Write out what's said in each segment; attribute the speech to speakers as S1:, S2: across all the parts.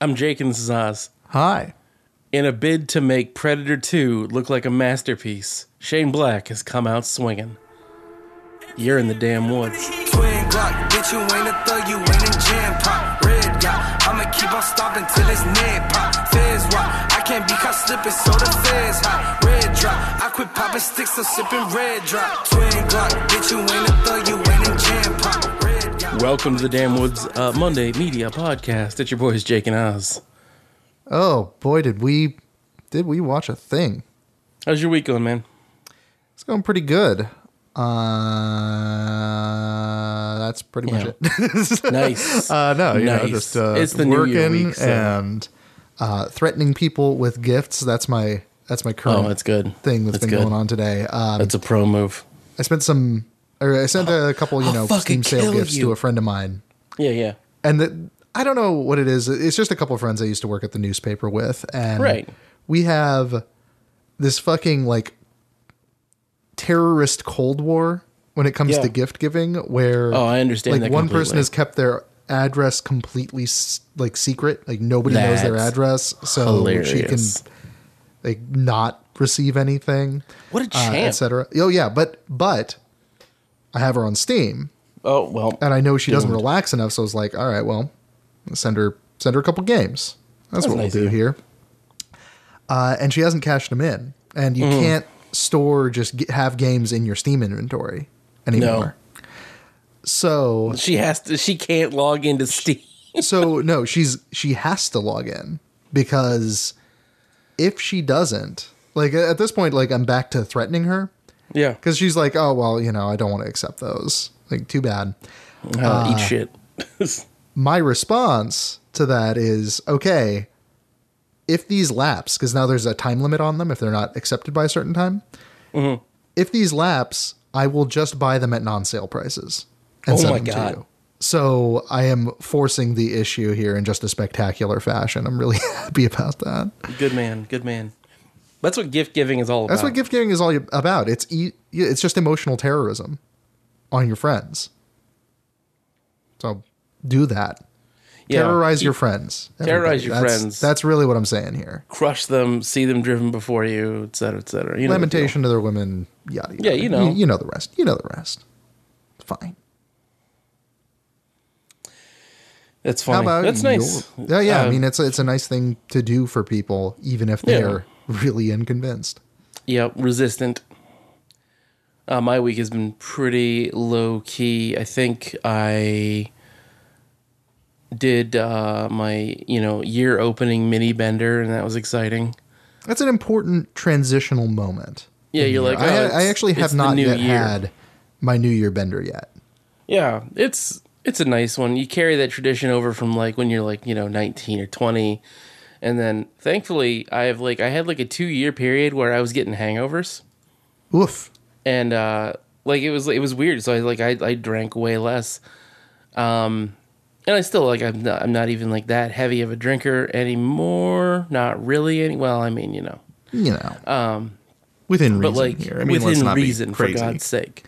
S1: I'm Jake and this is Oz.
S2: Hi.
S1: In a bid to make Predator 2 look like a masterpiece, Shane Black has come out swinging. You're in the damn woods.
S3: Twin Glock, bitch, you ain't a thug, you ain't a jam pop. Red yacht, I'ma keep on stopping till it's near pop. Fizz rock, I can't be caught slipping, so the fizz hot. Red drop, I quit popping sticks, I'm sipping red drop. Twin Glock, bitch, you ain't a thug, you ain't a jam pop. Red yacht.
S1: Welcome to the Damn Woods uh, Monday Media Podcast. It's your boys Jake and Oz.
S2: Oh boy, did we did we watch a thing?
S1: How's your week going, man?
S2: It's going pretty good. Uh, that's pretty much
S1: Yeah.
S2: it.
S1: Nice.
S2: uh, no, you know,
S1: Nice.
S2: just uh,
S1: It's the New
S2: working
S1: Year week, so-
S2: and uh, threatening people with gifts. That's my that's my current
S1: Oh, that's good.
S2: thing that's
S1: that's
S2: been
S1: good.
S2: going on today. Um,
S1: That's a pro move.
S2: I spent some, or I sent a couple, you
S1: I'll
S2: know,
S1: fucking
S2: Steam sale
S1: kill
S2: gifts
S1: you.
S2: to a friend of mine,
S1: Yeah, yeah.
S2: and the, I don't know what it is. It's just a couple of friends I used to work at the newspaper with, and
S1: Right.
S2: we have this fucking like terrorist cold war when it comes
S1: Yeah.
S2: to gift giving, where
S1: Oh, I understand
S2: Like
S1: that
S2: one person
S1: completely.
S2: has kept their address completely s- like secret, like nobody knows their
S1: That's
S2: address, so she can
S1: Hilarious.
S2: like not receive anything,
S1: What a
S2: uh,
S1: champ.
S2: etc. Oh yeah, but but I have her on Steam
S1: oh, well.
S2: and I know she doesn't
S1: Doomed.
S2: relax enough, so I was like, all right, well, send her send her a couple games. That's,
S1: That's
S2: what
S1: nice
S2: we'll do
S1: of you.
S2: here. Uh, and she hasn't cashed them in, and you can't store just g have games in your Steam inventory anymore. So
S1: She has to, she can't log into Steam.
S2: so no, she's she has to log in because if she doesn't, like at this point, like I'm back to threatening her
S1: Yeah.
S2: because she's like, oh well, you know, I don't want to accept those. Like too bad.
S1: Uh, eat shit.
S2: my response to that is okay if these lapse because now there's a time limit on them if they're not accepted by a certain time
S1: Mm-hmm.
S2: if these lapse i will just buy them at non-sale prices and
S1: Oh
S2: send
S1: my
S2: them
S1: God.
S2: to you so i am forcing the issue here in just a spectacular fashion i'm really happy about that
S1: good man. Good man. That's what gift giving is all about.
S2: that's what gift giving is all about it's e- it's just emotional terrorism on your friends so do that
S1: Yeah.
S2: terrorize your friends.
S1: Terrorize
S2: everybody.
S1: your
S2: That's-
S1: friends.
S2: That's really what I'm saying here.
S1: crush them, see them driven before you, et cetera, et cetera. You know the deal.
S2: Lamentation to their women. Yada, yada.
S1: Yeah, you know.
S2: You, know the rest. You know the rest. It's Fine.
S1: That's funny. That's nice.
S2: your- yeah, yeah. I
S1: Um,
S2: mean, it's it's a nice thing to do for people, even if
S1: Yeah.
S2: they're really unconvinced.
S1: yeah, resistant. Uh, my week has been pretty low key. I think I did uh, my you know year opening mini bender, and that was exciting.
S2: That's an important transitional moment.
S1: Yeah, you're like, oh,
S2: I, I
S1: it's-
S2: actually
S1: it's
S2: have
S1: the
S2: not
S1: new
S2: yet
S1: year.
S2: had my New Year bender yet.
S1: Yeah, it's it's a nice one. You carry that tradition over from like when you're like, you know, 19 or 20. And then thankfully, I have like I had like a 2-year period where I was getting hangovers
S2: Oof.
S1: and uh like it was it was weird. So I like I I drank way less. Um and I still like I'm not, I'm not even like that heavy of a drinker anymore. Not really any well, I mean, you know.
S2: You know.
S4: within reason
S1: Um, but like
S4: here. I mean,
S1: within
S4: let's not
S1: reason
S4: be
S1: for
S4: crazy.
S1: God's sake.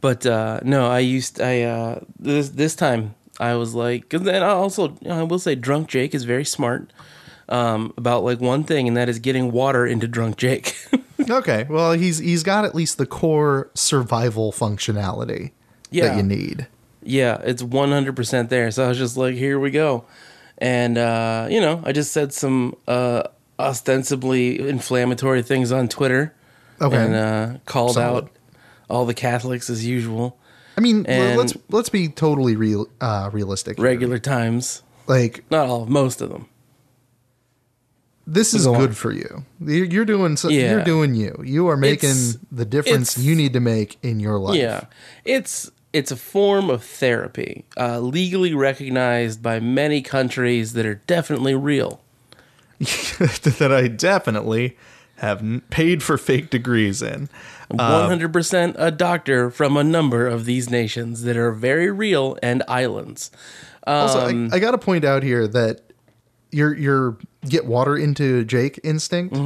S1: But uh, no, I used I uh, this this time I was like, because then I also I will say, drunk Jake is very smart um, about like one thing, and that is getting water into drunk Jake.
S2: okay. Well, he's he's got at least the core survival functionality
S1: Yeah.
S2: that you need.
S1: yeah, it's one hundred percent there. So I was just like, here we go, and uh, you know, I just said some uh, ostensibly inflammatory things on Twitter
S2: Okay.
S1: and uh, called
S2: Solid.
S1: out all the Catholics as usual,
S2: I mean, l- let's
S1: And-
S2: let's be totally real, uh, realistic. here.
S1: regular times.
S2: like
S1: Not all, most of them.
S2: this is
S1: Go on.
S2: good for you. You're, you're doing so,
S1: Yeah.
S2: you're doing you. You are making
S1: It's-
S2: the difference
S1: it's-
S2: you need to make in your life.
S1: Yeah, it's it's a form of therapy, uh, legally recognized by many countries that are definitely real.
S4: that I definitely have n- paid for fake degrees in.
S1: One hundred percent a doctor from a number of these nations that are very real and islands.
S2: Also, I, I got to point out here that your your get water into Jake instinct.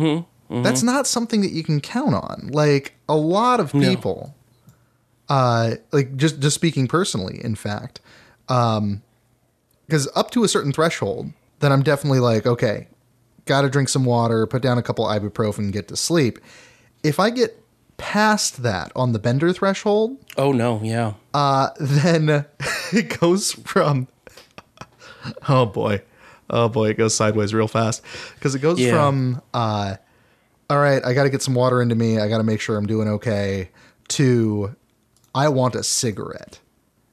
S2: That's not something that you can count on. Like a lot of people, uh, like just um, just speaking personally, in fact, because up to a certain threshold, then I'm definitely like, okay, got to drink some water, put down a couple ibuprofen, get to sleep. If I get past that on the bender threshold,
S1: Oh no, yeah.
S2: uh, then it goes from
S4: Oh boy. Oh boy, it goes sideways real fast.
S2: because it goes
S1: Yeah.
S2: from uh, all right, I got to get some water into me, I got to make sure I'm doing okay, to I want a cigarette,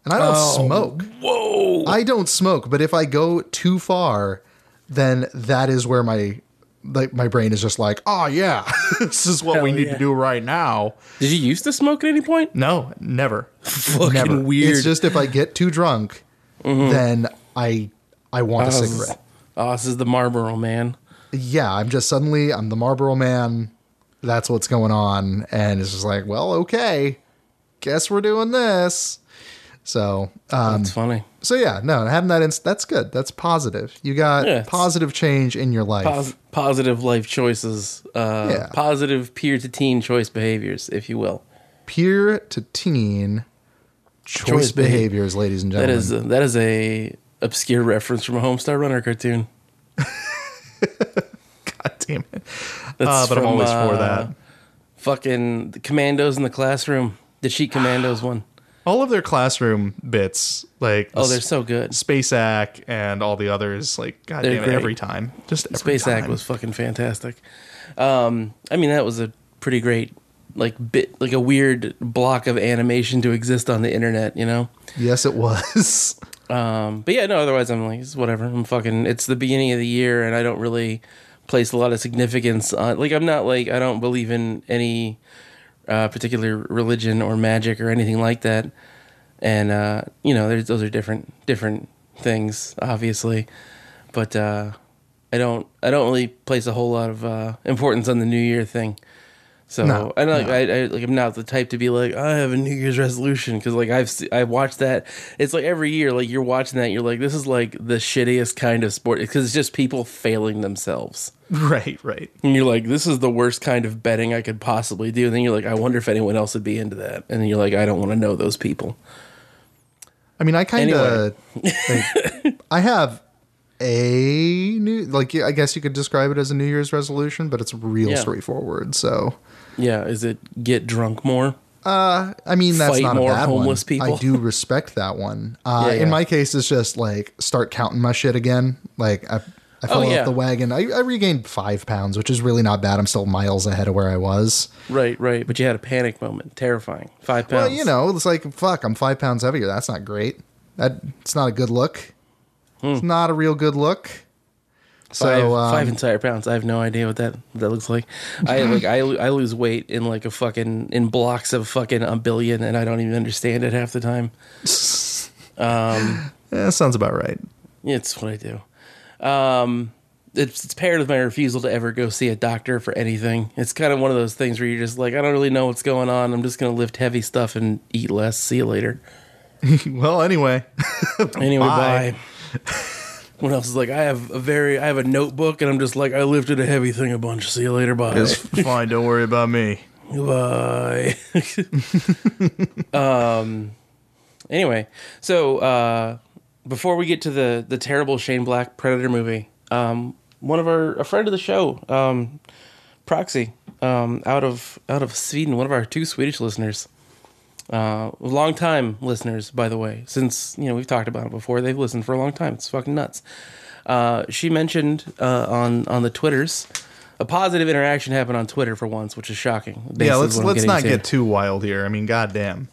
S2: and I don't
S1: Oh.
S2: smoke.
S1: Whoa.
S2: I don't smoke, but if I go too far, then that is where my like my brain is just like, oh yeah,
S4: This is what
S1: Hell
S4: we need
S1: yeah.
S4: to do right now.
S1: Did you used to smoke at any point?
S4: No, never.
S1: Fucking
S2: never.
S1: weird. Mm-hmm.
S2: It's just if I get too drunk, then I I want a
S1: Oh, this is-
S2: cigarette.
S1: Oh, this is the Marlboro man.
S2: Yeah, I'm just suddenly I'm the Marlboro man. That's what's going on, and it's just like, well, okay, guess we're doing this. So, uh,
S1: That's funny.
S2: so yeah, no, having that inst- that's good. That's positive. You got
S1: Yeah, it's-
S2: positive change in your life.
S1: Pos- positive life choices. Uh,
S2: Yeah.
S1: Positive peer to teen choice behaviors, if you will.
S2: peer to teen choice,
S1: Choice behavior.
S2: behaviors, ladies and
S1: That
S2: gentlemen.
S1: is that is a obscure reference from a Homestar Runner cartoon.
S4: God damn it.
S1: That's
S4: Uh, but I'm
S1: from,
S4: always for
S1: uh,
S4: that.
S1: Fucking the commandos in the classroom. The cheat commandos one.
S4: All of their classroom bits, like
S1: Oh, they're so good.
S4: Space Act and all the others, like God
S1: They're
S4: damn it,
S1: great.
S4: every time. Just every
S1: Space Act
S4: time.
S1: was fucking fantastic. Um, I mean, that was a pretty great, like bit, like a weird block of animation to exist on the internet, you know.
S2: yes, it was.
S1: Um, but yeah, no. Otherwise, I'm like, it's whatever. I'm fucking. It's the beginning of the year, and I don't really place a lot of significance on. Like, I'm not like I don't believe in any uh, particular religion or magic or anything like that. And uh, you know, there's, those are different different things, obviously. But uh, I don't I don't really place a whole lot of uh, importance on the New Year thing. So
S2: No,
S1: I don't, I, I like I'm not the type to be like I have a New Year's resolution because like I've se- I watched that it's like every year like you're watching that you're like this is like the shittiest kind of sport because it's just people failing themselves
S4: Right, right.
S1: and you're like this is the worst kind of betting I could possibly do and then you're like I wonder if anyone else would be into that and then you're like I don't want to know those people
S2: I mean, I kind of, I have a new, like, I guess you could describe it as a New Year's resolution, but it's real
S1: Yeah.
S2: straightforward. So,
S1: yeah is it get drunk more
S2: I mean, that's
S1: Fight
S2: not
S1: more
S2: a bad
S1: homeless
S2: one.
S1: people.
S2: I do respect that one. Uh,
S1: Yeah, yeah.
S2: In my case, it's just like start counting my shit again. Like I, I fell off
S1: Oh, yeah.
S2: the wagon. I, I regained five pounds, which is really not bad. I'm still miles ahead of where I was.
S1: right right but you had a panic moment terrifying five pounds
S2: Well, you know, it's like fuck. I'm five pounds heavier. That's not great. That it's not a good look. It's not a real good look. So
S1: Hmm. five,
S2: um,
S1: five entire pounds. I have no idea what that what that looks like. I like I lo- I lose weight in like a fucking in blocks of fucking a billion, and I don't even understand it half the time.
S4: Yeah, sounds about right.
S1: It's what I do. Um, it's, it's paired with my refusal to ever go see a doctor for anything. It's kind of one of those things where you're just like, I don't really know what's going on. I'm just gonna lift heavy stuff and eat less. See you later.
S4: Well, anyway,
S1: Anyway,
S4: Bye.
S1: bye. What else is like? I have a very, I have a notebook, and I'm just like, I lifted a heavy thing a bunch. See you later, bye.
S4: it's fine. Don't worry about me.
S1: Goodbye. um. Anyway, so uh, before we get to the the terrible Shane Black Predator movie, um, one of our a friend of the show, um, Proxy, um, out of out of Sweden, one of our two Swedish listeners, uh, long time listeners, by the way. Since you know we've talked about it before, they've listened for a long time. It's fucking nuts. Uh, she mentioned uh, on on the twitters. A positive interaction happened on Twitter for once, which is shocking. This
S4: yeah,
S1: is
S4: let's
S1: what I'm
S4: let's
S1: getting
S4: not
S1: to.
S4: get too wild here. I mean, goddamn.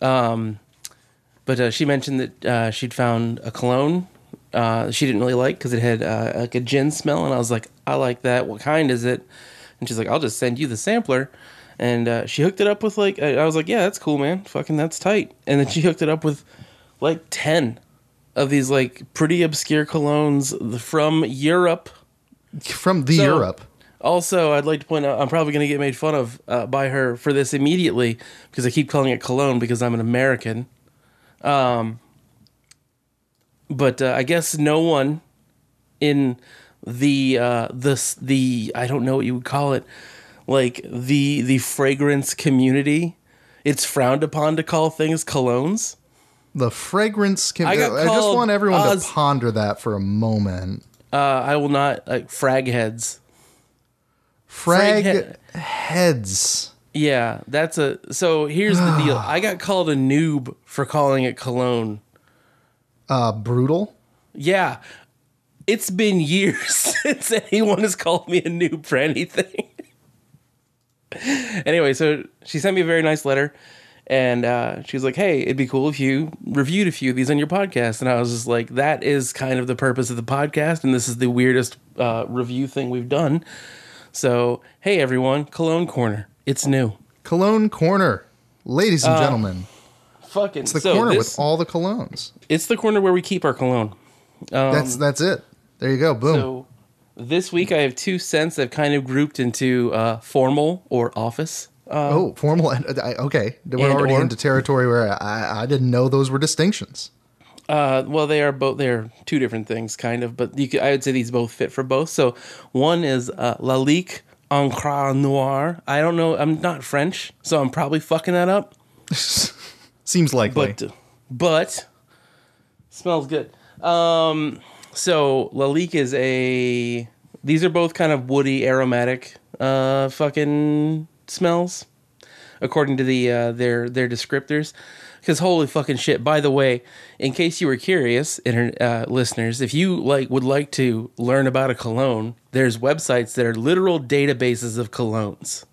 S1: But uh, she mentioned that uh, she'd found a cologne uh, she didn't really like because it had uh, like a gin smell, and I was like, I like that. What kind is it? And she's like, I'll just send you the sampler. And uh, she hooked it up with like I I was like, yeah, that's cool, man. Fucking that's tight. And then she hooked it up with like ten of these like pretty obscure colognes from Europe.
S2: from the
S1: So-
S2: Europe.
S1: Also, I'd like to point out I'm probably going to get made fun of uh, by her for this immediately because I keep calling it cologne because I'm an American. Um, but uh, I guess no one in the uh, the s- the I don't know what you would call it, like the the fragrance community, it's frowned upon to call things colognes.
S2: The fragrance. Can, I,
S1: I got
S2: just
S1: called
S2: want everyone
S1: Oz-
S2: to ponder that for a moment.
S1: Uh, I will not like frag heads.
S2: Frag,
S1: Frag
S2: heads.
S1: Yeah, that's a. So here's the deal. I got called a noob for calling it cologne.
S2: Uh, brutal.
S1: Yeah, it's been years since anyone has called me a noob for anything. anyway, so she sent me a very nice letter, and uh, she was like, "Hey, it'd be cool if you reviewed a few of these on your podcast." And I was just like, "That is kind of the purpose of the podcast, and this is the weirdest uh, review thing we've done." So, hey everyone, Cologne Corner, it's new.
S2: Cologne corner, ladies
S1: Uh,
S2: and gentlemen.
S1: Fucking
S2: It's the corner with all the colognes.
S1: It's the corner where we keep our cologne.
S2: that's that's it. There you go. Boom.
S1: Um, So this week I have two scents I've kind of grouped into uh, formal or office. Uh,
S2: oh, formal. And, I- okay, we're
S1: And
S2: already
S1: or-
S2: into territory where I, I didn't know those were distinctions.
S1: uh, well, they are both they're two different things, kind of, but you could, I would say these both fit for both. So one is uh, Lalique Ancra Noir. I don't know. I'm not French, so I'm probably fucking that up.
S4: Seems likely.
S1: but but smells good. Um, so Lalique is a. These are both kind of woody, aromatic, uh, fucking smells, according to the uh, their their descriptors. Because holy fucking shit! By the way, in case you were curious, internet uh, listeners, if you like would like to learn about a cologne, there's websites that are literal databases of colognes.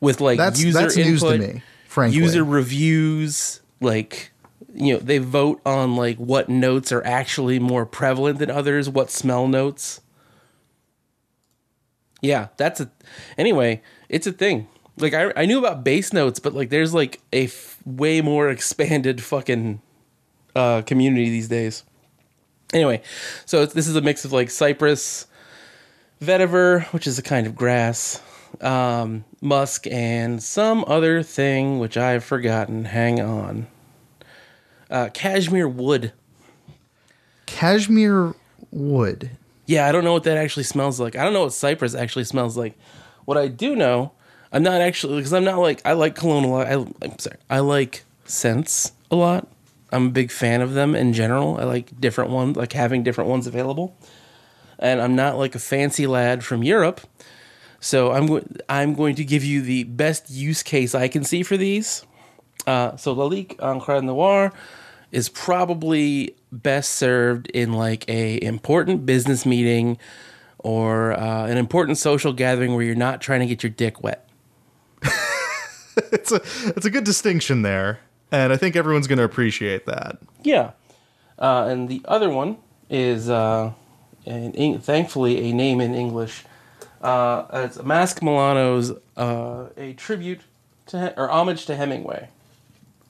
S1: With like
S2: That's
S1: user
S2: that's news to
S1: input
S2: me. Frankly,
S1: user reviews like you know they vote on like what notes are actually more prevalent than others what smell notes yeah that's a anyway it's a thing like i, I knew about bass notes but like there's like a f- way more expanded fucking uh community these days anyway so it's, this is a mix of like cypress vetiver which is a kind of grass um, musk and some other thing which I've forgotten. Hang on. Uh, cashmere wood.
S2: cashmere wood.
S1: Yeah, I don't know what that actually smells like. I don't know what cypress actually smells like. What I do know, I'm not actually because I'm not like I like cologne a lot. I, I'm sorry, I like scents a lot. I'm a big fan of them in general. I like different ones, like having different ones available. And I'm not like a fancy lad from Europe, so I'm go- I'm going to give you the best use case I can see for these. Uh, so Lalique Ancre Noir is probably best served in like a important business meeting or uh, an important social gathering where you're not trying to get your dick wet.
S4: it's a it's a good distinction there, and I think everyone's going to appreciate that.
S1: Yeah. Uh, and the other one is, uh, an Eng- thankfully, a name in English. Uh, it's Mask Milano's uh, a tribute to Hem- or homage to Hemingway,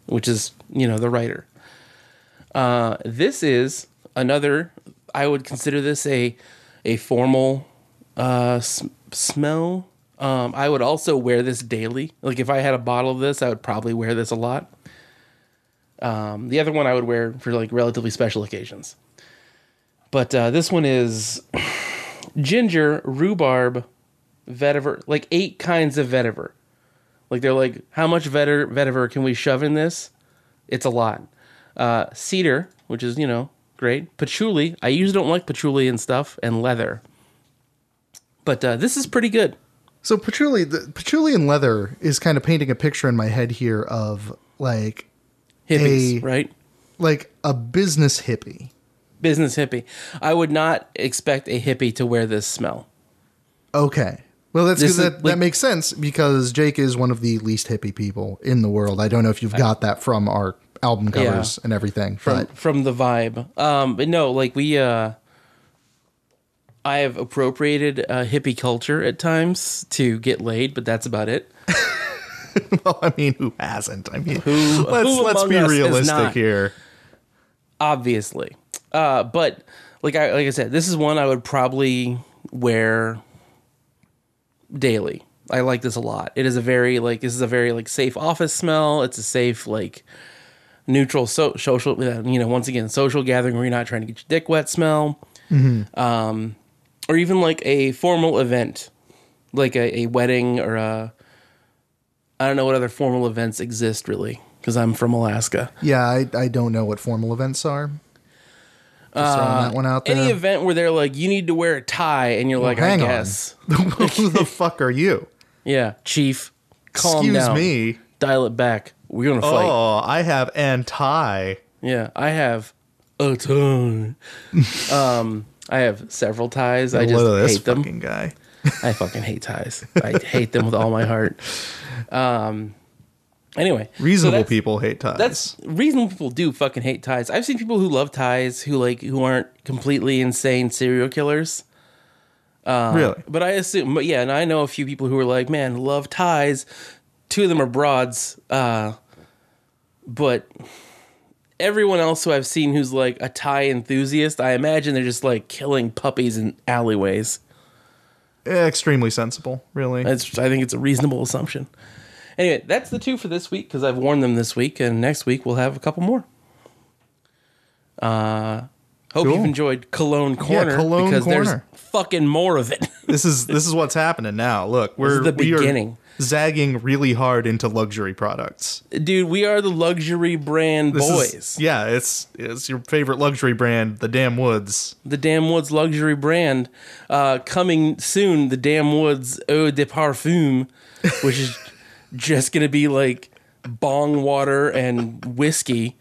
S1: which is you know the writer. Uh, this is another. I would consider this a a formal uh, s- smell. Um, I would also wear this daily. Like if I had a bottle of this, I would probably wear this a lot. The other one I would wear for like relatively special occasions. But uh, this one is ginger, rhubarb, vetiver, like eight kinds of vetiver. Like they're like, how much vetiver, vetiver can we shove in this? It's a lot. Uh, cedar, which is, you know, great. Patchouli. I usually don't like patchouli and stuff, and leather. But uh, this is pretty good.
S2: So patchouli, the, patchouli and leather is kind of painting a picture in my head here of like
S1: Hippies,
S2: Hey.
S1: right?
S2: like a business hippie.
S1: Business hippie. I would not expect a hippie to wear this smell.
S2: Okay. Well, that's
S1: This
S2: because
S1: is,
S2: that, that
S1: like-
S2: makes sense because Jake is one of the least hippie people in the world. I don't know if you've got that from our album covers and everything,
S1: from
S2: but
S1: from the vibe. Um, but no, like we, uh, I have appropriated uh, hippie culture at times to get laid, but that's about it.
S4: Well, I mean, who hasn't? I mean,
S1: Who-
S4: let's
S1: who
S4: let's
S1: among
S4: be
S1: us is
S4: realistic
S1: not?
S4: here.
S1: Obviously, uh, but like I like I said, this is one I would probably wear daily. I like this a lot. It is a very like this is a very like safe office smell. It's a safe like neutral so- social uh, you know once again social gathering where you're not trying to get your dick wet smell. Um, or even like a formal event, like a, a wedding or a. I don't know what other formal events exist really, because I'm from Alaska.
S2: yeah, I, I don't know what formal events are. Just throwing that one out there.
S1: Uh,
S4: Um,
S1: Any event where they're like, you need to wear a tie, and you're like, I
S2: hang on.
S1: guess.
S2: Who the fuck are you?
S1: Yeah, chief, calm
S4: Excuse
S1: down.
S4: me.
S1: Dial it back. We're gonna fight.
S4: Oh, I have anti.
S1: Yeah, I have a ton. um, I have several ties. I just
S4: Look at this
S1: hate them.
S4: fucking guy.
S1: I fucking hate ties. I hate them with all my heart. Um. Anyway, so
S4: Reasonable
S1: that's-
S4: people hate ties.
S1: That's reasonable people do fucking hate ties. I've seen people who love ties who like who aren't completely insane serial killers. uh,
S4: really.
S1: But I assume, but yeah, and I know a few people who are like, man, love ties. Two of them are broads, uh, but everyone else who I've seen who's like a tie enthusiast, I imagine they're just like killing puppies in alleyways.
S4: Eh, Extremely sensible, really.
S1: That's, I think it's a reasonable assumption. Anyway, that's the two for this week because I've worn them this week, and next week we'll have a couple more. Uh, hope you've
S4: Cool.
S1: enjoyed Cologne Corner
S4: Cologne
S1: because
S4: Corner.
S1: there's fucking more of it.
S4: this is this is what's happening now. Look, we're
S1: the
S4: we are
S1: beginning.
S4: zagging really hard into luxury products.
S1: Dude, we are the luxury brand
S4: This
S1: boys.
S4: is- yeah, it's it's your favorite luxury brand, the Damn Woods.
S1: the Damn Woods luxury brand. Uh, coming soon, the Damn Woods Eau de Parfum, which is just going to be like bong water and whiskey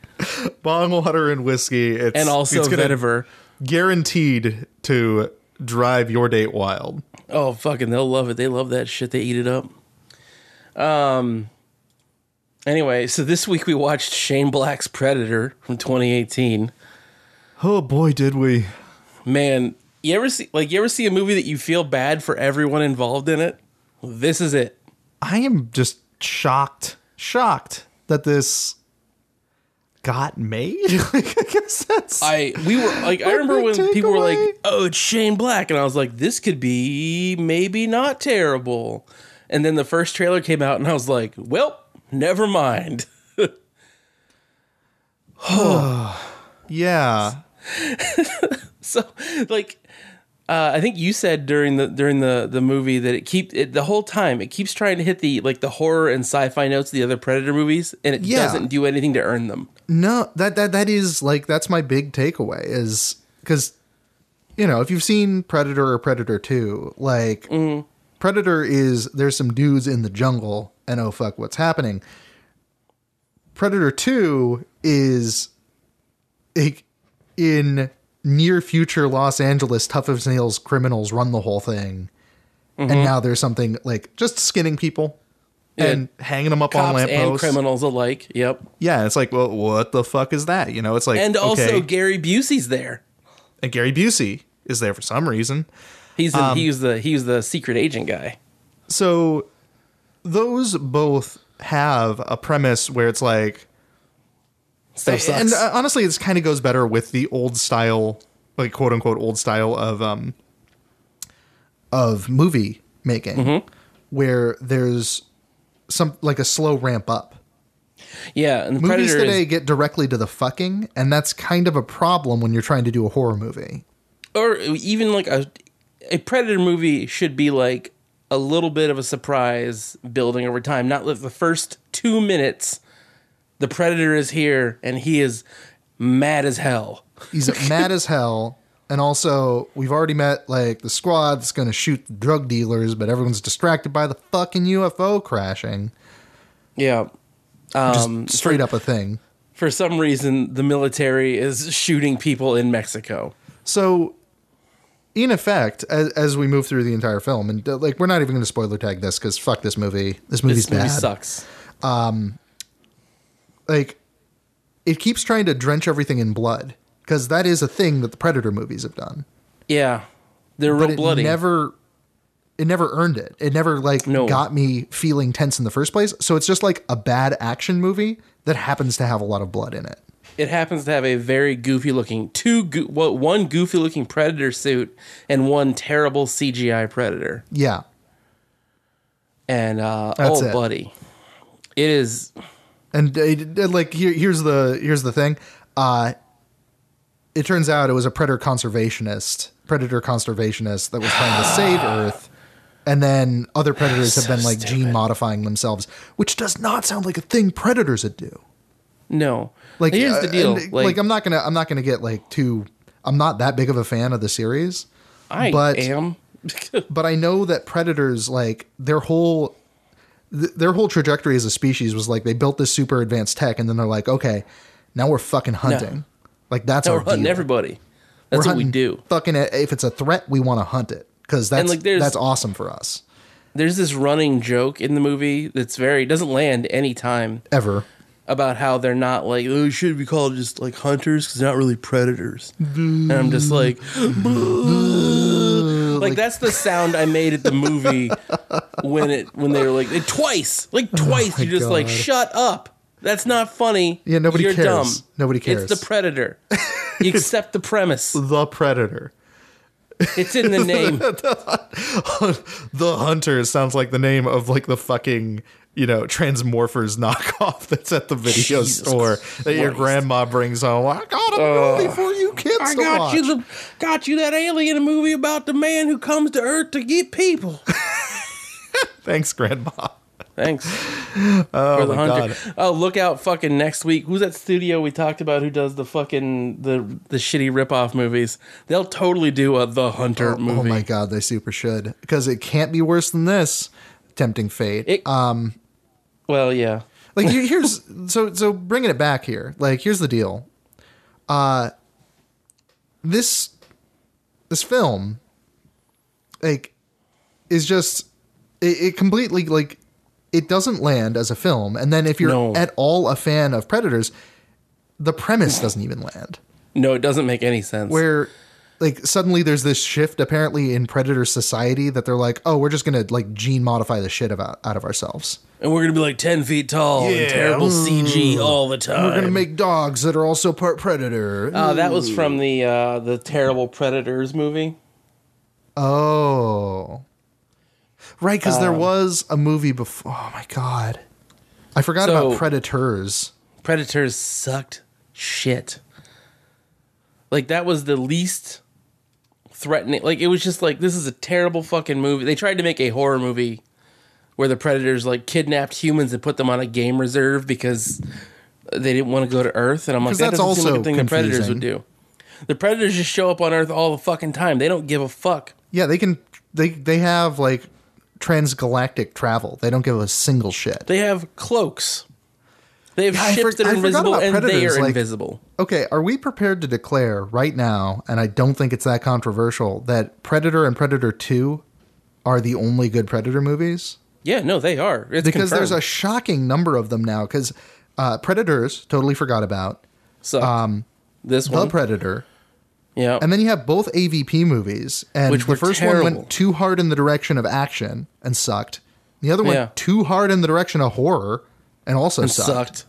S4: Bong water and whiskey. It's
S1: and also
S4: it's gonna-
S1: vetiver.
S4: guaranteed to drive your date wild.
S1: Oh, fucking, they'll love it. They love that shit. They eat it up. Um. Anyway, so this week we watched Shane Black's Predator from 2018.
S4: Oh boy, did we!
S1: Man, you ever see like you ever see a movie that you feel bad for everyone involved in it? This is it.
S4: I am just shocked, shocked that this got made. like, I guess that's
S1: I we were like I remember
S4: the
S1: when people were
S4: takeaway?
S1: like, "Oh, it's Shane Black," and I was like, "This could be maybe not terrible." And then the first trailer came out, and I was like, "Well, never mind."
S4: yeah.
S1: So like. Uh, I think you said during the during the, the movie that it keep it the whole time it keeps trying to hit the like the horror and sci-fi notes of the other Predator movies and it
S4: Yeah.
S1: doesn't do anything to earn them.
S2: No, that that that is like that's my big takeaway is because you know if you've seen Predator or Predator Two, like Predator is there's some dudes in the jungle and oh fuck what's happening. Predator Two is a, in near future Los Angeles tough as nails criminals run the whole thing, and now there's something like just skinning people.
S4: And hanging them up on
S1: Cops and
S4: lampposts.
S1: criminals alike. Yep.
S4: Yeah, it's like, well, what the fuck is that? You know, it's like,
S1: And also
S4: okay,
S1: Gary Busey's there.
S4: and Gary Busey is there for some reason.
S1: He's
S2: Um,
S1: the, he was the he was the secret agent guy.
S4: So those both have a premise where it's like,
S1: Stuff sucks.
S4: and uh, honestly, this kind of goes better with the old style, like quote unquote old style of um
S2: of movie making
S1: Mm-hmm.
S2: where there's some like a slow ramp up.
S1: yeah, and the
S2: Movies
S1: Predator
S2: today
S1: is,
S2: get directly to the fucking, and that's kind of a problem when you're trying to do a horror movie.
S1: or even like a a Predator movie should be like a little bit of a surprise building over time. Not like the first two minutes, the Predator is here and he is mad as hell.
S2: He's mad as hell, and also we've already met like the squad that's going to shoot the drug dealers, but everyone's distracted by the fucking UFO crashing.
S1: Yeah. Um,
S2: Straight up a thing.
S1: for some reason, the military is shooting people in Mexico.
S2: So, in effect, as, as we move through the entire film, and uh, like we're not even going to spoiler tag this because fuck this movie. This movie's
S1: This movie
S2: bad.
S1: sucks.
S2: like it keeps trying to drench everything in blood because that is a thing that the predator movies have done
S1: Yeah, they're
S2: but
S1: real
S2: it
S1: bloody.
S2: never it never earned it it never like
S1: No.
S2: got me feeling tense in the first place so it's just like a bad action movie that happens to have a lot of blood in it
S1: it happens to have a very goofy looking two go- well, one goofy looking predator suit and one terrible CGI predator
S2: yeah
S1: and uh
S2: That's
S1: oh
S2: it.
S1: buddy it is
S2: and it, it- like here, here's the here's the thing uh it turns out it was a predator conservationist predator conservationist that was trying to save
S1: Ah.
S2: earth and then other predators have been like gene modifying themselves which does not sound like a thing predators would do
S1: no
S2: like
S1: here's
S2: uh,
S1: the deal
S2: and,
S1: like,
S2: i'm not gonna i'm not gonna get like too I'm not that big of a fan of the series,
S1: I
S2: But-
S1: am.
S2: but I know that predators like their whole th- their whole trajectory as a species was like they built this super advanced tech and then they're like, okay, now we're fucking hunting. Like that's
S1: Now
S2: our
S1: we're hunting
S2: deal.
S1: everybody. That's
S2: We're
S1: what we
S2: hunting
S1: do.
S2: Fucking if it's a threat, we want to hunt it because that's
S1: like, there's-
S2: that's awesome for us.
S1: There's this running joke in the movie that's very doesn't land any time
S2: Ever.
S1: about how they're not like oh, we should be called just like hunters because not really predators. and I'm just like, like that's the sound I made at the movie when it when they were like it, twice, like twice. you're just like
S2: Oh God.
S1: shut up. That's not funny.
S2: Yeah, nobody
S1: You're
S2: cares.
S1: dumb.
S2: Nobody cares.
S1: It's the predator. You accept the premise.
S2: The predator.
S1: It's in the name.
S2: The
S4: Hunter sounds like the name of like the fucking you know Transmorphers knockoff that's at the video
S1: Jesus
S4: store that your
S1: Christ.
S4: grandma brings home. I got a
S2: Uh,
S4: movie for you kids
S1: I
S4: to
S1: got
S4: watch.
S1: you the got you that alien movie about the man who comes to Earth to get people.
S4: Thanks, grandma.
S1: Thanks. Oh, for the
S4: my
S1: hunter.
S4: God.
S1: Oh, look out fucking next week. Who's that studio we talked about who does the fucking the the shitty ripoff movies? They'll totally do a The Hunter movie.
S2: Oh my god, they super should because it can't be worse than this. Tempting fate.
S1: It-
S2: Um,
S1: Well, yeah.
S2: like here- here's so so bringing it back here like here's the deal uh this this film like is just it, it completely like it doesn't land as a film and then if you're
S1: No.
S2: at all a fan of predators the premise doesn't even land
S1: No, it doesn't make any sense.
S2: where like suddenly there's this shift apparently in predator society that they're like oh we're just gonna like gene modify the shit about out of ourselves
S1: and we're gonna be like ten feet tall
S4: Yeah.
S1: and terrible CG all the time.
S2: we're gonna make dogs that are also part predator
S1: Oh, that was from the uh, the terrible Predators movie.
S2: Oh. Right, because
S1: Um,
S2: there was a movie before. Oh my god, I forgot
S1: So-
S2: about Predators.
S1: Predators sucked shit. Like that was the least threatening. Like it was just like this is a terrible fucking movie. They tried to make a horror movie where the predators like kidnapped humans and put them on a game reserve because they didn't want to go to Earth. And I'm like,
S2: 'Cause
S1: that
S2: that's
S1: doesn't seem like
S2: also
S1: a thing the predators would
S2: confusing.
S1: do. The predators just show up on Earth all the fucking time. They don't give a fuck.
S2: Yeah, they can. They they have like transgalactic travel. They don't give a single shit.
S1: They have cloaks. They have
S2: I
S1: ships
S2: for-
S1: that
S2: I
S1: are
S2: forgot
S1: invisible
S2: about
S1: and they
S2: Predators,
S1: are
S2: like-
S1: invisible.
S2: Okay, are we prepared to declare right now? And I don't think it's that controversial that Predator and Predator Two are the only good Predator movies.
S1: Yeah, no, they are. It's
S2: Because there's
S1: confirmed.
S2: a shocking number of them now. Because uh, Predators, totally forgot about
S1: Sucked. this
S2: Um, the
S1: one.
S2: Predator.
S1: yeah.
S2: And then you have both AVP movies, and
S1: Which
S2: the
S1: were
S2: first one
S1: terrible.
S2: went too hard in the direction of action and sucked. The other one
S1: Yeah.
S2: too hard in the direction of horror and also
S1: and
S2: sucked.
S1: sucked.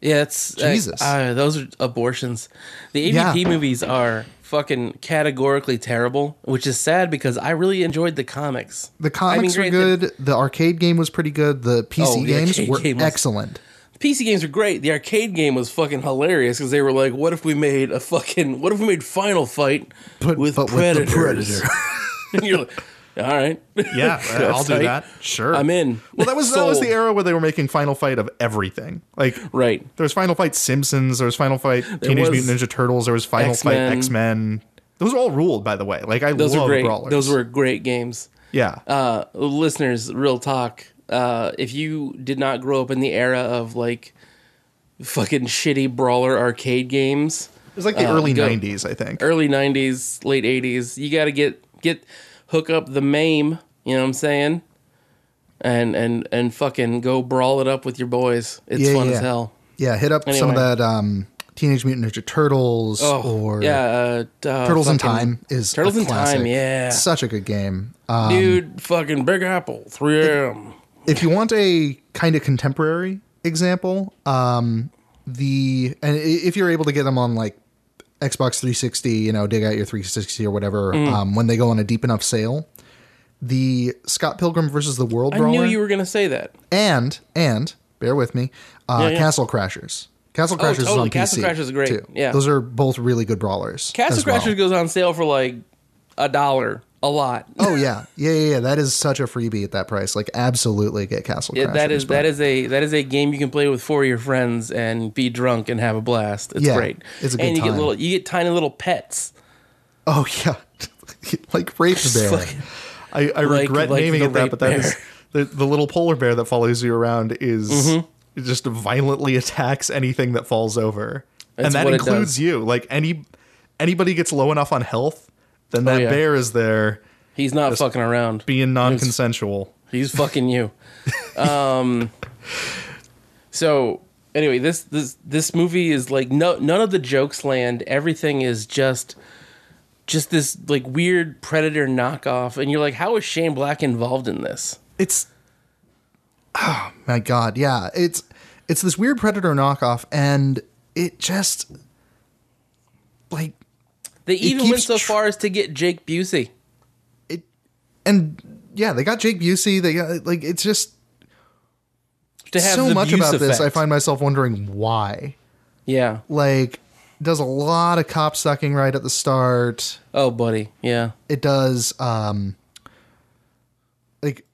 S1: Yeah, it's uh,
S2: Jesus.
S1: uh, those are abortions. The
S2: Yeah.
S1: AVP movies are fucking categorically terrible, which is sad because I really enjoyed the comics.
S2: The comics
S1: I
S2: were
S1: mean, great,
S2: good. The, arcade game was pretty good. The PC
S1: Oh, the
S2: games
S1: arcade
S2: were
S1: game was-
S2: excellent.
S1: The PC games were great. The arcade game was fucking hilarious because they were like, "What if we made a fucking What if we made Final Fight
S2: But-
S1: with
S2: but with the
S1: predators?" and you're like, "All right,
S4: Yeah, I'll do
S1: tight.
S4: that. Sure.
S1: I'm in."
S4: Well, that was that was the
S1: Sold.
S4: era where they were making Final Fight of everything. Like
S1: right.
S4: there was Final Fight Simpsons, there was Final Fight Teenage
S1: was
S4: Mutant Ninja Turtles, there was Final Fight
S1: X-Men.
S4: X Men. Those were all ruled, by the way. Like I
S1: Those
S4: love
S1: were great.
S4: brawlers.
S1: Those were great games.
S4: yeah.
S1: uh, listeners, real talk. Uh, if you did not grow up in the era of like fucking shitty brawler arcade games,
S4: it was like the
S1: uh,
S4: early
S1: go-
S4: '90s, I think.
S1: early '90s, late '80s, you got to get get hook up the MAME. You know what I'm saying? And and and fucking go brawl it up with your boys. It's
S2: Yeah,
S1: fun
S2: yeah.
S1: as hell.
S2: Yeah, hit up some of
S1: Anyway. Oh,
S2: that um, Teenage Mutant Ninja Turtles Oh. or
S1: yeah, uh, d- uh,
S2: Turtles in
S1: fucking-
S2: Time is a
S1: Turtles in Time,
S2: classic.
S1: yeah.
S2: such a good game. Um,
S1: dude. Fucking Big Apple, 3M.
S2: if you want a kind of contemporary example, um, the and i- if you're able to get them on like Xbox 360, you know, dig out your 360 or whatever
S1: Mm.
S2: um, when they go on a deep enough sale. The Scott Pilgrim versus the World
S1: I knew
S2: Brawler
S1: you were gonna say that.
S2: and and bear with me, uh,
S1: Yeah, yeah.
S2: Castle Crashers. Castle Crashers is
S1: totally.
S2: on
S1: Castle
S2: PC.
S1: Crashers is great.
S2: Too.
S1: Yeah.
S2: those are both really good brawlers.
S1: Castle
S2: as well.
S1: Crashers goes on sale for like a dollar a a lot.
S2: Oh yeah, yeah, yeah, yeah. That is such a freebie at that price. Like, absolutely get Castle.
S1: Yeah,
S2: Crashers,
S1: that is
S2: bro.
S1: that is a that is a game you can play with four of your friends and be drunk and have a blast. It's
S2: Yeah,
S1: great.
S2: it's a good
S1: and you
S2: time.
S1: get little you get tiny little pets.
S2: Oh yeah, like rape bear.
S1: like-
S4: I, I
S1: Like-
S4: regret
S1: like
S4: naming
S1: the
S4: it that,
S1: rape
S4: but that
S1: bear. Mm-hmm.
S4: is the, the little polar bear that follows you around is it just violently attacks anything that falls over,
S1: That's
S4: and that
S1: what it
S4: includes
S1: does.
S4: you. Like any anybody gets low enough on health, then that
S1: Oh, yeah.
S4: bear is there
S1: He's not fucking around.
S4: being non-consensual.
S1: He's fucking you. Um, so anyway, this this this movie is like no none of the jokes land. Everything is just just this like weird predator knockoff, and you're like, how is Shane Black involved in this?
S2: It's oh my god, yeah. It's it's this weird predator knockoff, and it just like
S1: They even went
S2: keeps
S1: so
S2: tr-
S1: far as to get Jake Busey.
S2: and yeah, they got Jake Busey. They got like it's just
S1: To have
S2: so
S1: the
S2: much
S1: Buse
S2: about this. I
S1: effect.
S2: find myself wondering why.
S1: Yeah.
S2: Like, does a lot of cop sucking right at the start.
S1: Oh, buddy. Yeah.
S2: it does um like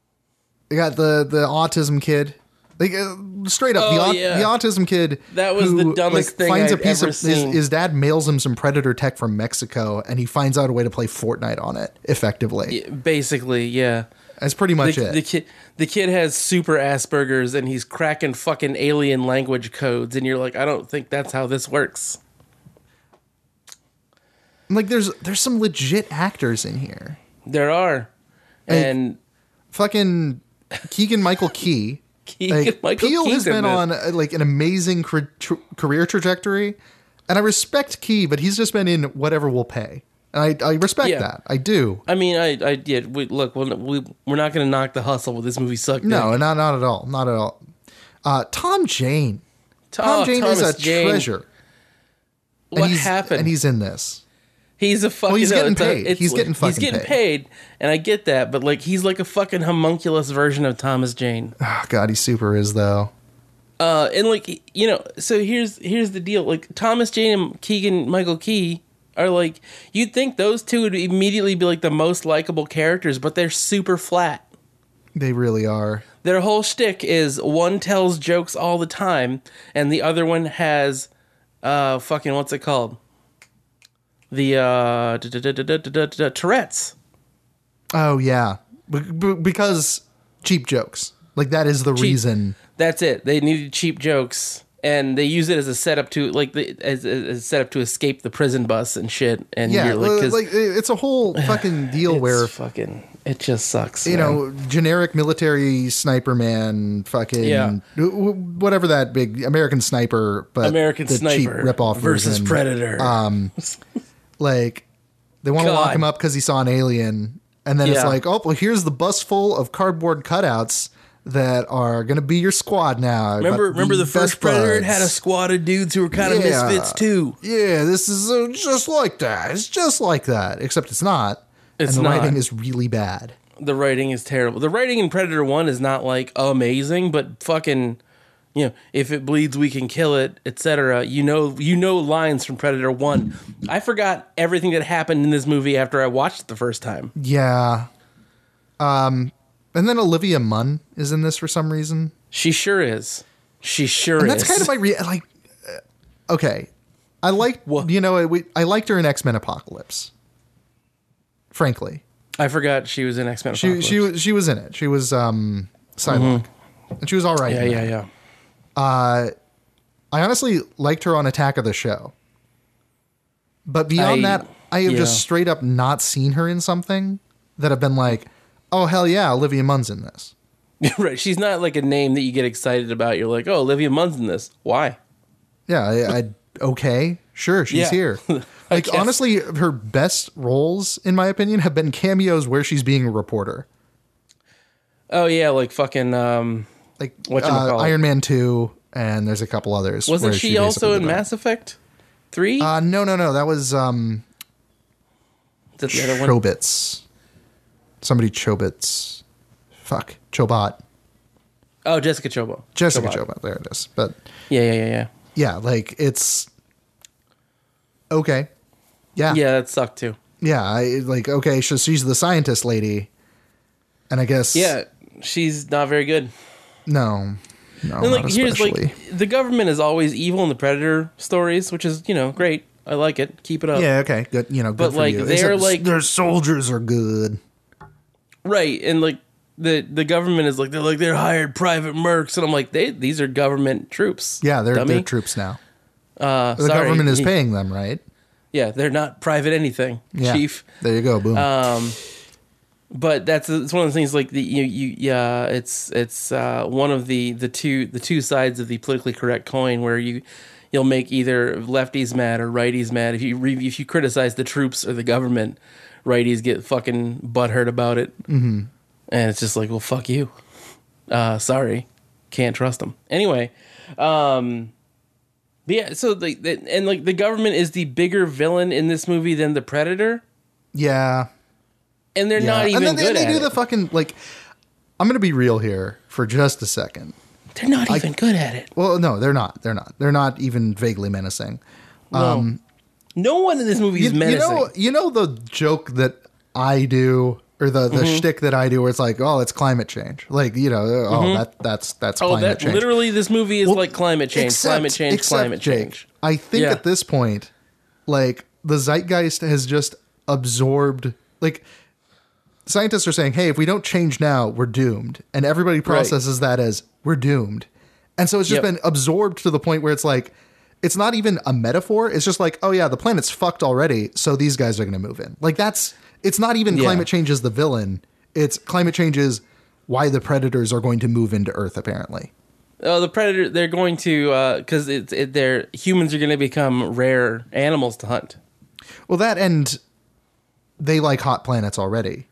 S2: they got the the autism kid like uh, straight up the,
S1: Oh,
S2: au-
S1: yeah.
S2: the autism kid
S1: That was the dumbest thing I've ever
S2: of
S1: seen.
S2: His, his dad mails him some predator tech from mexico and he finds out a way to play fortnite on it effectively
S1: Basically, yeah.
S2: that's pretty much
S1: The,
S2: it
S1: the kid, the kid has super Asperger's, and he's cracking fucking alien language codes, and you're like, I don't think that's how this works.
S2: like there's there's some legit actors in here
S1: There are,
S2: Hey,
S1: and
S2: fucking keegan michael key
S1: Keegan
S2: like,
S1: Michael
S2: Peele has
S1: Keaton
S2: been
S1: is-
S2: on uh, like an amazing cr- tr- career trajectory, and I respect Key, but he's just been in whatever will pay, and I, I respect
S1: Yeah.
S2: that. I do.
S1: I mean, I, I did. We, look, we're, we, we're not gonna knock the hustle with this movie. Sucked.
S2: No, not not at all. Not at all. Uh, Tom Jane. Tom Jane is a treasure. And
S1: oh, What
S2: he's,
S1: happened?
S2: And he's in this.
S1: He's a fucking.
S2: he's getting
S1: it's a-
S2: paid.
S1: it's
S2: He's
S1: like-
S2: getting fucking
S1: He's getting
S2: paid.
S1: paid, and I get that, but like, he's like a fucking homunculus version of Thomas Jane.
S2: Oh God, he super is though.
S1: Uh, and like you know, so here's here's the deal. Like Thomas Jane and Keegan Michael Key are like you'd think those two would immediately be like the most likable characters, but they're super flat.
S2: They really are.
S1: Their whole shtick is one tells jokes all the time, and the other one has, uh, fucking what's it called? The uh, da- da- da- da- da- da- da- da- Tourette's.
S2: Oh yeah, b- b- because cheap jokes. Like that is the reason.
S1: That's it. They needed cheap jokes, and they use it as a setup to like the, as, as as a setup to escape the prison bus and shit. And
S2: Yeah, uh,
S1: you're like,
S2: like,
S1: 'cause
S2: like it's a whole fucking deal
S1: it's
S2: where
S1: fucking it just sucks.
S2: you
S1: man.
S2: know, generic military sniper man, fucking
S1: Yeah.
S2: w- w- whatever that big American sniper, but
S1: American
S2: the cheap
S1: Sniper
S2: ripoff
S1: versus
S2: version. Uh,
S1: Predator.
S2: Like they want to lock
S1: God.
S2: him up because he saw an alien, and then it's
S1: Yeah.
S2: like, oh, well, here's the bus full of cardboard cutouts that are going to be your squad now.
S1: remember,
S2: But
S1: remember the
S2: best
S1: first Predator it
S2: buds.
S1: had a squad of dudes who were kind of
S2: Yeah.
S1: misfits too.
S2: Yeah, this is uh, just like that. It's just like that, except it's not.
S1: It's
S2: and the
S1: not.
S2: writing is really bad.
S1: The writing is terrible. The writing in Predator One is not like amazing, but fucking. You know, if it bleeds, we can kill it, etc. You know, you know lines from Predator One. I forgot everything that happened in this movie after I watched it the first time.
S2: Yeah. Um, and then Olivia Munn is in this for some reason.
S1: She sure is. She sure
S2: And
S1: is.
S2: that's kind of my re- like. uh, okay, I liked
S1: Wha-
S2: you know I, we, I liked her in X Men Apocalypse. Frankly,
S1: I forgot she was in X Men.
S2: she she was- she was in it. She was um Psylocke, and she was all right.
S1: Mm-hmm. Yeah,
S2: in
S1: yeah,
S2: it.
S1: yeah.
S2: I honestly liked her on Attack of the Show, but beyond
S1: I-
S2: that, I have just
S1: yeah.
S2: straight up not seen her in something that I've been like, oh hell yeah, Olivia Munn's in this.
S1: right. She's not like a name that you get excited about. You're like, oh, Olivia Munn's in this. Why?
S2: Yeah, I, I okay, sure, she's
S1: Yeah.
S2: here. Like
S1: guess.
S2: honestly, her best roles, in my opinion, have been cameos where she's being a reporter,
S1: Oh yeah, like fucking. Um,
S2: like uh,
S1: Whatchamacallit.
S2: Iron Man Two, and there's a couple others.
S1: wasn't
S2: where
S1: she,
S2: basically
S1: also in
S2: did that.
S1: Mass Effect Three?
S2: Uh, no, no, no. That was um,
S1: That's the other one.
S2: Chobits. Somebody Chobits. Fuck Chobot.
S1: Oh, Jessica Chobo.
S2: Jessica
S1: Chobot.
S2: Chobot. There it is. But
S1: Yeah, yeah, yeah, yeah.
S2: yeah, like it's okay. Yeah,
S1: Yeah, that sucked too.
S2: yeah, I like okay, so she's the scientist lady, and I guess
S1: Yeah, she's not very good.
S2: no, no,
S1: And like
S2: not
S1: here's
S2: especially.
S1: like the government is always evil in the predator stories, which is you know great. I like it. Keep it up.
S2: yeah, okay, good, you know, good
S1: But,
S2: for
S1: like,
S2: you.
S1: they're,
S2: Except s-
S1: like-
S2: their soldiers are good.
S1: Right. And like the the government is like they're like they're hired private mercs, and I'm like they these are government troops.
S2: Yeah, they're
S1: dummy.
S2: they're troops now.
S1: Uh,
S2: The
S1: sorry.
S2: government is paying them, right?
S1: Yeah, they're not private anything,
S2: Yeah.
S1: chief.
S2: There you go. Boom.
S1: Um, but that's it's one of the things like the you you yeah it's it's uh, one of the the two the two sides of the politically correct coin where you you'll make either lefties mad or righties mad if you re, if you criticize the troops or the government righties get fucking butthurt about it mm-hmm. and it's just like well fuck you uh, sorry can't trust them anyway um but yeah so the, the and like the government is the bigger villain in this movie than the predator
S2: yeah,
S1: and they're
S2: yeah.
S1: not even
S2: and then,
S1: good
S2: and they
S1: at
S2: do
S1: it.
S2: the fucking like. I'm gonna be real here for just a second.
S1: they're not even good at it.
S2: Well, no, they're not. They're not. They're not even vaguely menacing.
S1: No one in this movie is
S2: you, you
S1: menacing.
S2: know, you know the joke that I do, or the the
S1: Mm-hmm.
S2: shtick that I do, where it's like, oh, it's climate change. Like you know, oh, that that's that's
S1: Mm-hmm. oh,
S2: climate
S1: that
S2: change.
S1: literally, this movie is
S2: Well,
S1: like climate change,
S2: except-
S1: climate change,
S2: except,
S1: climate
S2: Jake,
S1: change.
S2: I think
S1: Yeah.
S2: at this point, like the zeitgeist has just absorbed. Like scientists are saying, hey, if we don't change now, we're doomed, and everybody processes that as we're doomed, and so it's just
S1: Yep.
S2: been absorbed to the point where it's like. It's not even a metaphor. It's just like, oh yeah, the planet's fucked already, so these guys are going to move in. Like that's. It's not even
S1: Yeah.
S2: climate change is the villain. It's climate change is why the predators are going to move into Earth. Apparently,
S1: Oh, the predator. They're going to because it's it, they're humans are going to become rare animals to hunt.
S2: Well, that and they like hot planets already.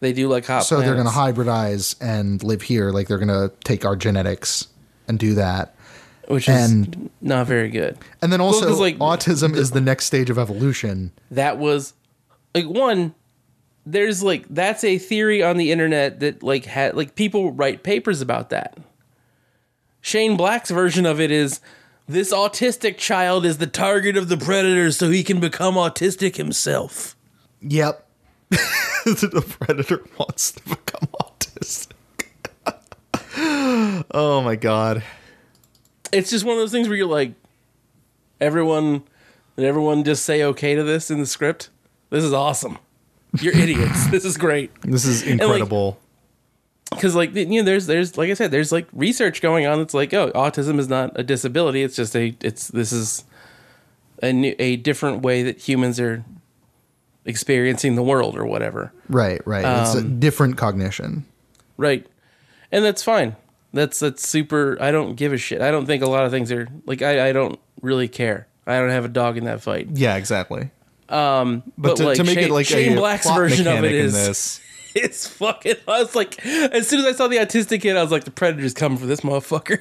S1: They do like hot.
S2: So they're going to
S1: planets,
S2: hybridize and live here. Like they're going to take our genetics and do that.
S1: which is
S2: and-
S1: not very good.
S2: And then also,
S1: 'cause, like,
S2: autism is the next stage of evolution.
S1: that was like one there's like that's a theory on the internet that like had like people write papers about that shane black's version of it is this autistic child is the target of the predators so he can become autistic himself
S2: Yep. the predator wants to become autistic. oh my god.
S1: it's just one of those things where you're like everyone did everyone just say okay to this in the script this is awesome you're idiots this is great
S4: This is incredible.
S1: because like you know there's there's like i said there's like research going on that's like oh autism is not a disability it's just a it's this is a new a different way that humans are experiencing the world or whatever
S2: Right, right. it's a different cognition.
S1: right and that's fine that's that's super i don't give a shit i don't think a lot of things are like i i don't really care i don't have a dog in that fight
S4: yeah, exactly.
S1: Um, but,
S4: to,
S1: like
S4: to make
S1: shane,
S4: it like
S1: shane
S4: a
S1: black's
S4: plot
S1: version of it
S4: mechanic in
S1: is
S4: this.
S1: it's fucking. I was like, as soon as I saw the autistic kid, I was like, the predator's coming for this motherfucker.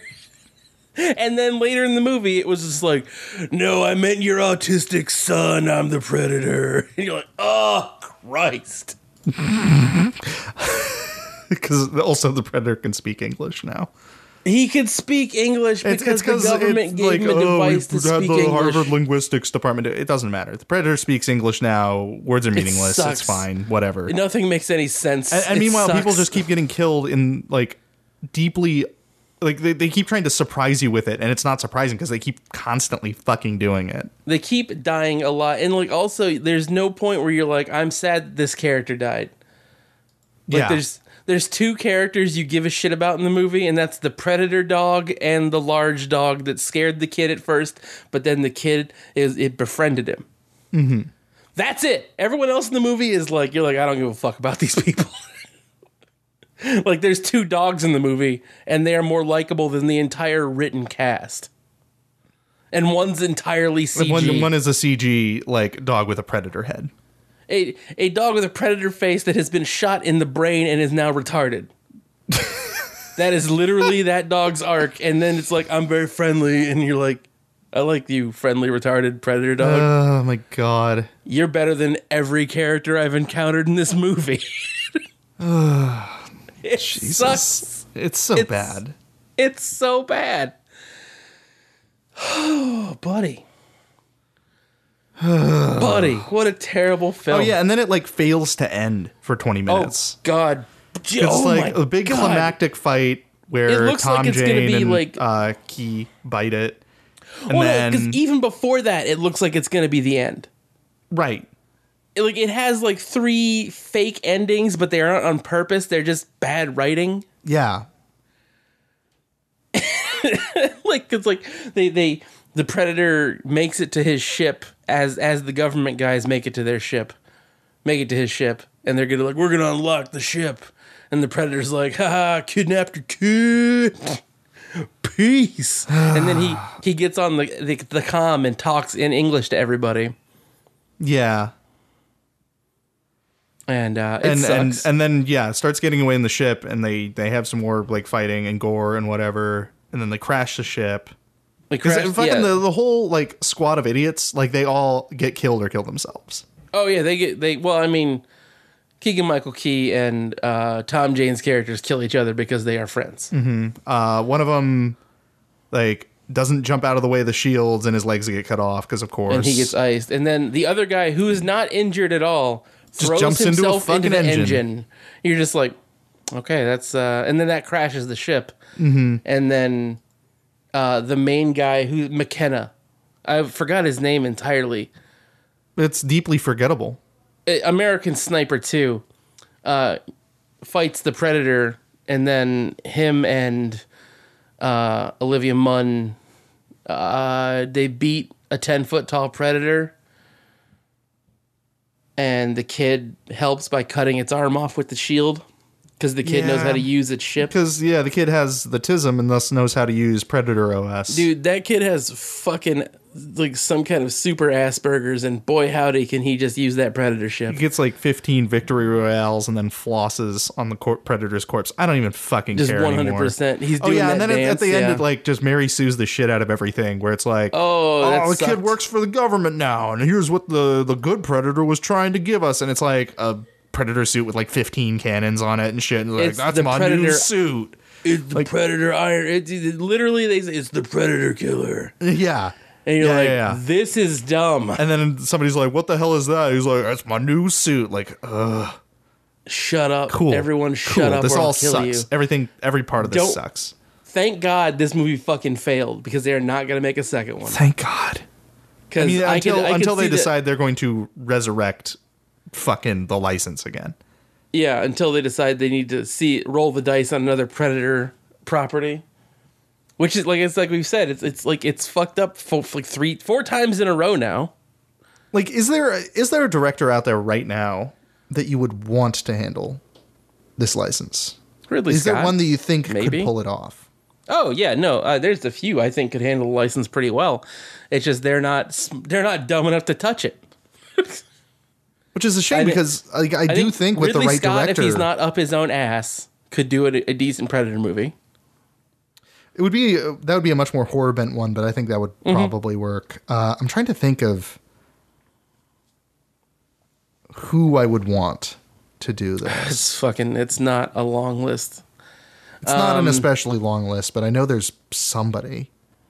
S1: and then later in the movie, it was just like, no, I meant your autistic son. I'm the predator. And you're like, oh Christ.
S4: because also the predator can speak English now.
S1: He could speak English because the government gave him a device to
S4: oh, we had
S1: speak
S4: the
S1: English.
S4: Harvard linguistics department. It doesn't matter. The predator speaks English now. Words are meaningless.
S1: sucks.
S4: It's fine. Whatever.
S1: Nothing makes any sense.
S4: and, and
S1: It
S4: meanwhile, people
S1: sucks.
S4: just keep getting killed in like deeply. Like they, they keep trying to surprise you with it, and it's not surprising because they keep constantly fucking doing it.
S1: they keep dying a lot, and like also, there's no point where you're like, I'm sad this character died. Like
S4: yeah,
S1: there's there's two characters you give a shit about in the movie, and that's the predator dog and the large dog that scared the kid at first, but then the kid is it befriended him. Mm-hmm. That's it. Everyone else in the movie is like, you're like, I don't give a fuck about these people. like there's two dogs in the movie, and they are more likable than the entire written cast. And one's entirely CG.
S4: one one is a CG like dog with a predator head.
S1: a, a dog with a predator face that has been shot in the brain and is now retarded. that is literally that dog's arc. And then it's like, I'm very friendly. And you're like, I like you, friendly, retarded predator dog.
S4: Oh my god.
S1: you're better than every character I've encountered in this movie. it sucks.
S4: Jesus. It's so bad.
S1: It's so bad. Oh, buddy. buddy. What a terrible film.
S4: Oh yeah, and then it like fails to end for 20
S1: Oh
S4: minutes.
S1: God.
S4: It's
S1: oh
S4: like
S1: my
S4: a big
S1: God.
S4: climactic fight where
S1: It looks
S4: Tom
S1: like it's gonna
S4: Jane
S1: be,
S4: and
S1: like-
S4: uh, Key bite it, and
S1: Well, no,
S4: then
S1: because even before that, it looks like it's gonna be the end.
S4: right,
S1: It, like it has like three fake endings, but they aren't on purpose. They're just bad writing.
S2: Yeah.
S1: like it's like they they the predator makes it to his ship as as the government guys make it to their ship make it to his ship and they're gonna like we're gonna unlock the ship and the predator's like haha kidnapped your kid peace and then he he gets on the, the the comm and talks in english to everybody
S4: yeah,
S1: and uh it
S4: and and
S1: sucks
S4: and then yeah, it starts getting away in the ship, and they they have some more like fighting and gore and whatever, and then they crash the ship.
S1: They
S4: Because
S1: crashed-
S4: fucking
S1: yeah.
S4: the, the whole like squad of idiots, like they all get killed or kill themselves.
S1: oh yeah they get they well i mean keegan michael key and uh tom jane's characters kill each other because they are friends
S4: Uh, one of them like doesn't jump out of the way of the shields, and his legs get cut off because of course.
S1: and he gets iced. And then the other guy who is not injured at all throws
S4: jumps into a
S1: himself into,
S4: fucking
S1: the engine.
S4: engine.
S1: You're just like, okay, that's uh, and then that crashes the ship. Mm-hmm. And then uh, the main guy who McKenna, I forgot his name entirely.
S4: it's deeply forgettable.
S1: Uh, American Sniper Two, uh, fights the Predator, and then him and uh, Olivia Munn, uh, they beat a ten foot tall Predator, and the kid helps by cutting its arm off with the shield because the kid knows
S4: Yeah.
S1: how to use its ship.
S4: Because yeah, the kid has the tism and thus knows how to use Predator OS.
S1: Dude, that kid has fucking like some kind of super Asperger's, and boy howdy, can he just use that Predator ship.
S4: He gets like 15 victory royales and then flosses on the cor- Predator's corpse. I don't even fucking
S1: Just
S4: care
S1: one hundred
S4: anymore.
S1: percent. He's
S4: Oh
S1: doing
S4: yeah, and
S1: that
S4: then at-
S1: dance.
S4: at the end
S1: yeah.
S4: it like just Mary sues the shit out of everything. Where it's like,
S1: Oh, that
S4: the
S1: sucked.
S4: kid works for the government now, and here's what the the good Predator was trying to give us, and it's like a Predator suit with like 15 cannons on it and shit. And like
S1: It's
S4: that's
S1: the
S4: my new
S1: Predator-
S4: suit.
S1: It's the predator iron. It's, it- literally, they say it's the predator killer,
S4: Yeah.
S1: and you're
S4: Yeah,
S1: like,
S4: yeah, yeah.
S1: this is dumb.
S4: And then somebody's like, "What the hell is that?" He's like, "That's my new suit." Like,
S1: Shut up,
S4: cool.
S1: everyone. Shut
S4: Cool.
S1: up.
S4: This
S1: or I'll
S4: all
S1: kill
S4: sucks.
S1: you.
S4: Everything, every part of this
S1: Don't-
S4: sucks.
S1: Thank God this movie fucking failed because they are not going to make a second one.
S4: Thank God.
S1: Because
S4: I mean,
S1: I
S4: until
S1: could- I could
S4: until they
S1: see the-
S4: decide they're going to resurrect fucking the license again.
S1: yeah, until they decide they need to see roll the dice on another predator property, which is like it's like we've said, it's it's like it's fucked up for like three, four times in a row now.
S4: Like, is there a, is there a director out there right now?
S2: That you would want to handle this license.
S1: Ridley
S2: Is
S1: Scott.
S2: there one that you think
S1: Maybe.
S2: could pull it off?
S1: Oh yeah, no. Uh, there's a few I think could handle the license pretty well. It's just they're not s- they're not dumb enough to touch it.
S2: Which is a shame
S1: thi-
S2: because like, I, do think, with
S1: Ridley
S2: the right
S1: Scott,
S2: director,
S1: if he's not up his own ass, could do a, a decent Predator movie.
S2: it would be that would be a much more horror bent one, but I think that would probably work. Uh, I'm trying to think of who I would want to do this.
S1: It's fucking. It's not a long list.
S2: It's not an especially long list, but I know there's somebody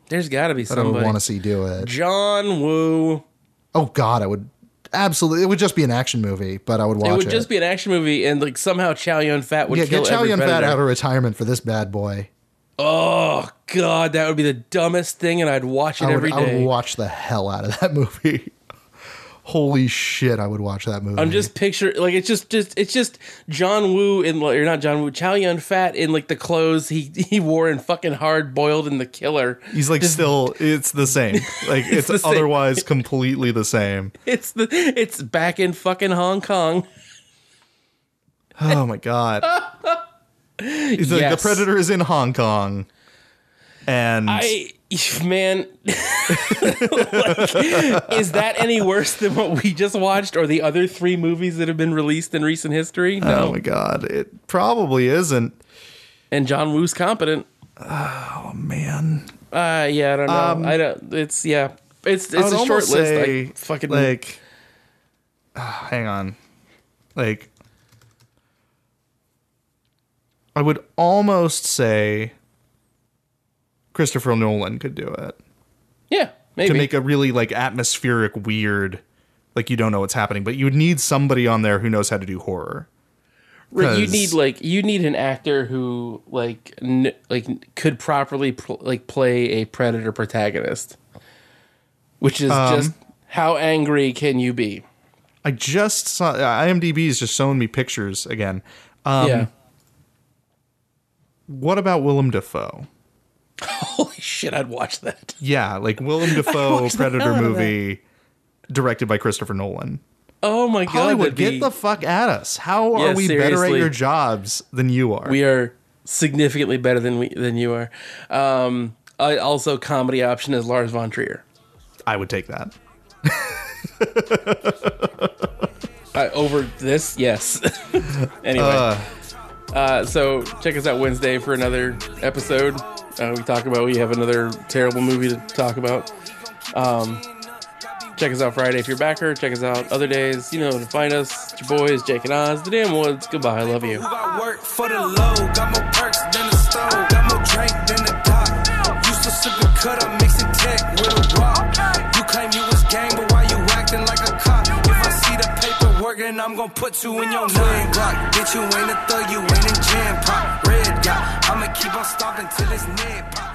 S1: There's got to be
S2: that I would
S1: somebody.
S2: want to see do it.
S1: John Woo.
S2: Oh God, I would absolutely. It would just be an action movie, but I would watch
S1: It
S2: it.
S1: would just be an action movie, and like somehow Chow Yun Fat would
S2: yeah,
S1: kill
S2: get Chow
S1: every
S2: Yun Fat
S1: Predator.
S2: out of retirement for this bad boy.
S1: Oh god, that would be the dumbest thing, and I'd watch it
S2: I would,
S1: every day.
S2: I would watch the hell out of that movie. Holy shit, I would watch that movie.
S1: I'm just picture like it's just just it's just John Woo in like, or not John Woo Chow Yun Fat in like the clothes he he wore in fucking Hard Boiled and The Killer.
S4: He's like still, it's the same. Like it's,
S1: the same.
S4: otherwise completely the same.
S1: It's the it's back in fucking Hong Kong.
S4: Oh my god! He's like the
S1: Yes.
S4: predator is in Hong Kong, and
S1: I man, like, is that any worse than what we just watched or the other three movies that have been released in recent history? No,
S4: oh my god, it probably isn't.
S1: and John Woo's competent.
S4: Man,
S1: Uh, yeah, I don't know. I don't. It's yeah. It's it's
S4: Um, would
S1: a short
S4: almost
S1: list.
S4: say,
S1: I fucking
S4: like. ah, hang on, like I would almost say Christopher Nolan could do it.
S1: yeah. Maybe.
S4: to make a really like atmospheric weird like you don't know what's happening but you would need somebody on there who knows how to do horror
S1: Right, you
S4: 'cause-
S1: need like you need an actor who like n- like could properly pl- like play a predator protagonist, which is
S4: Um,
S1: just how angry can you be?
S4: i just saw imdb is just showing me pictures again um
S1: yeah.
S4: what about willem dafoe
S1: Holy shit! I'd watch that.
S4: yeah like willem dafoe
S1: watched the hell
S4: predator
S1: out of
S4: movie directed by christopher nolan
S1: Oh my god!
S4: hollywood
S1: that'd
S4: get
S1: be-
S4: the fuck at us how
S1: Yeah,
S4: are we better at
S1: seriously.
S4: your jobs than you are
S1: we are significantly better than we than you are. Um, I, also, comedy option is Lars von Trier.
S4: i would take that
S1: Uh, over this, yes. anyway, uh, so check us out Wednesday for another episode. Uh, we talk about we have another terrible movie to talk about. Um, check us out Friday if you're backer. Check us out other days. You know to find us. It's your boys Jake and Oz, the damn woods. Goodbye. I love you.
S3: Who got work for the low? Got more perks than the stove. Got more drink than the doc. Used to sip and cut up, mixing tech with a rock. You claim you was gang, but why you acting like a cop? If I see the paperwork, then I'm gonna put you in your twin block. Bitch, you ain't a thug, you ain't a jam pop. Red dot. I'ma keep on stopping till it's near pop.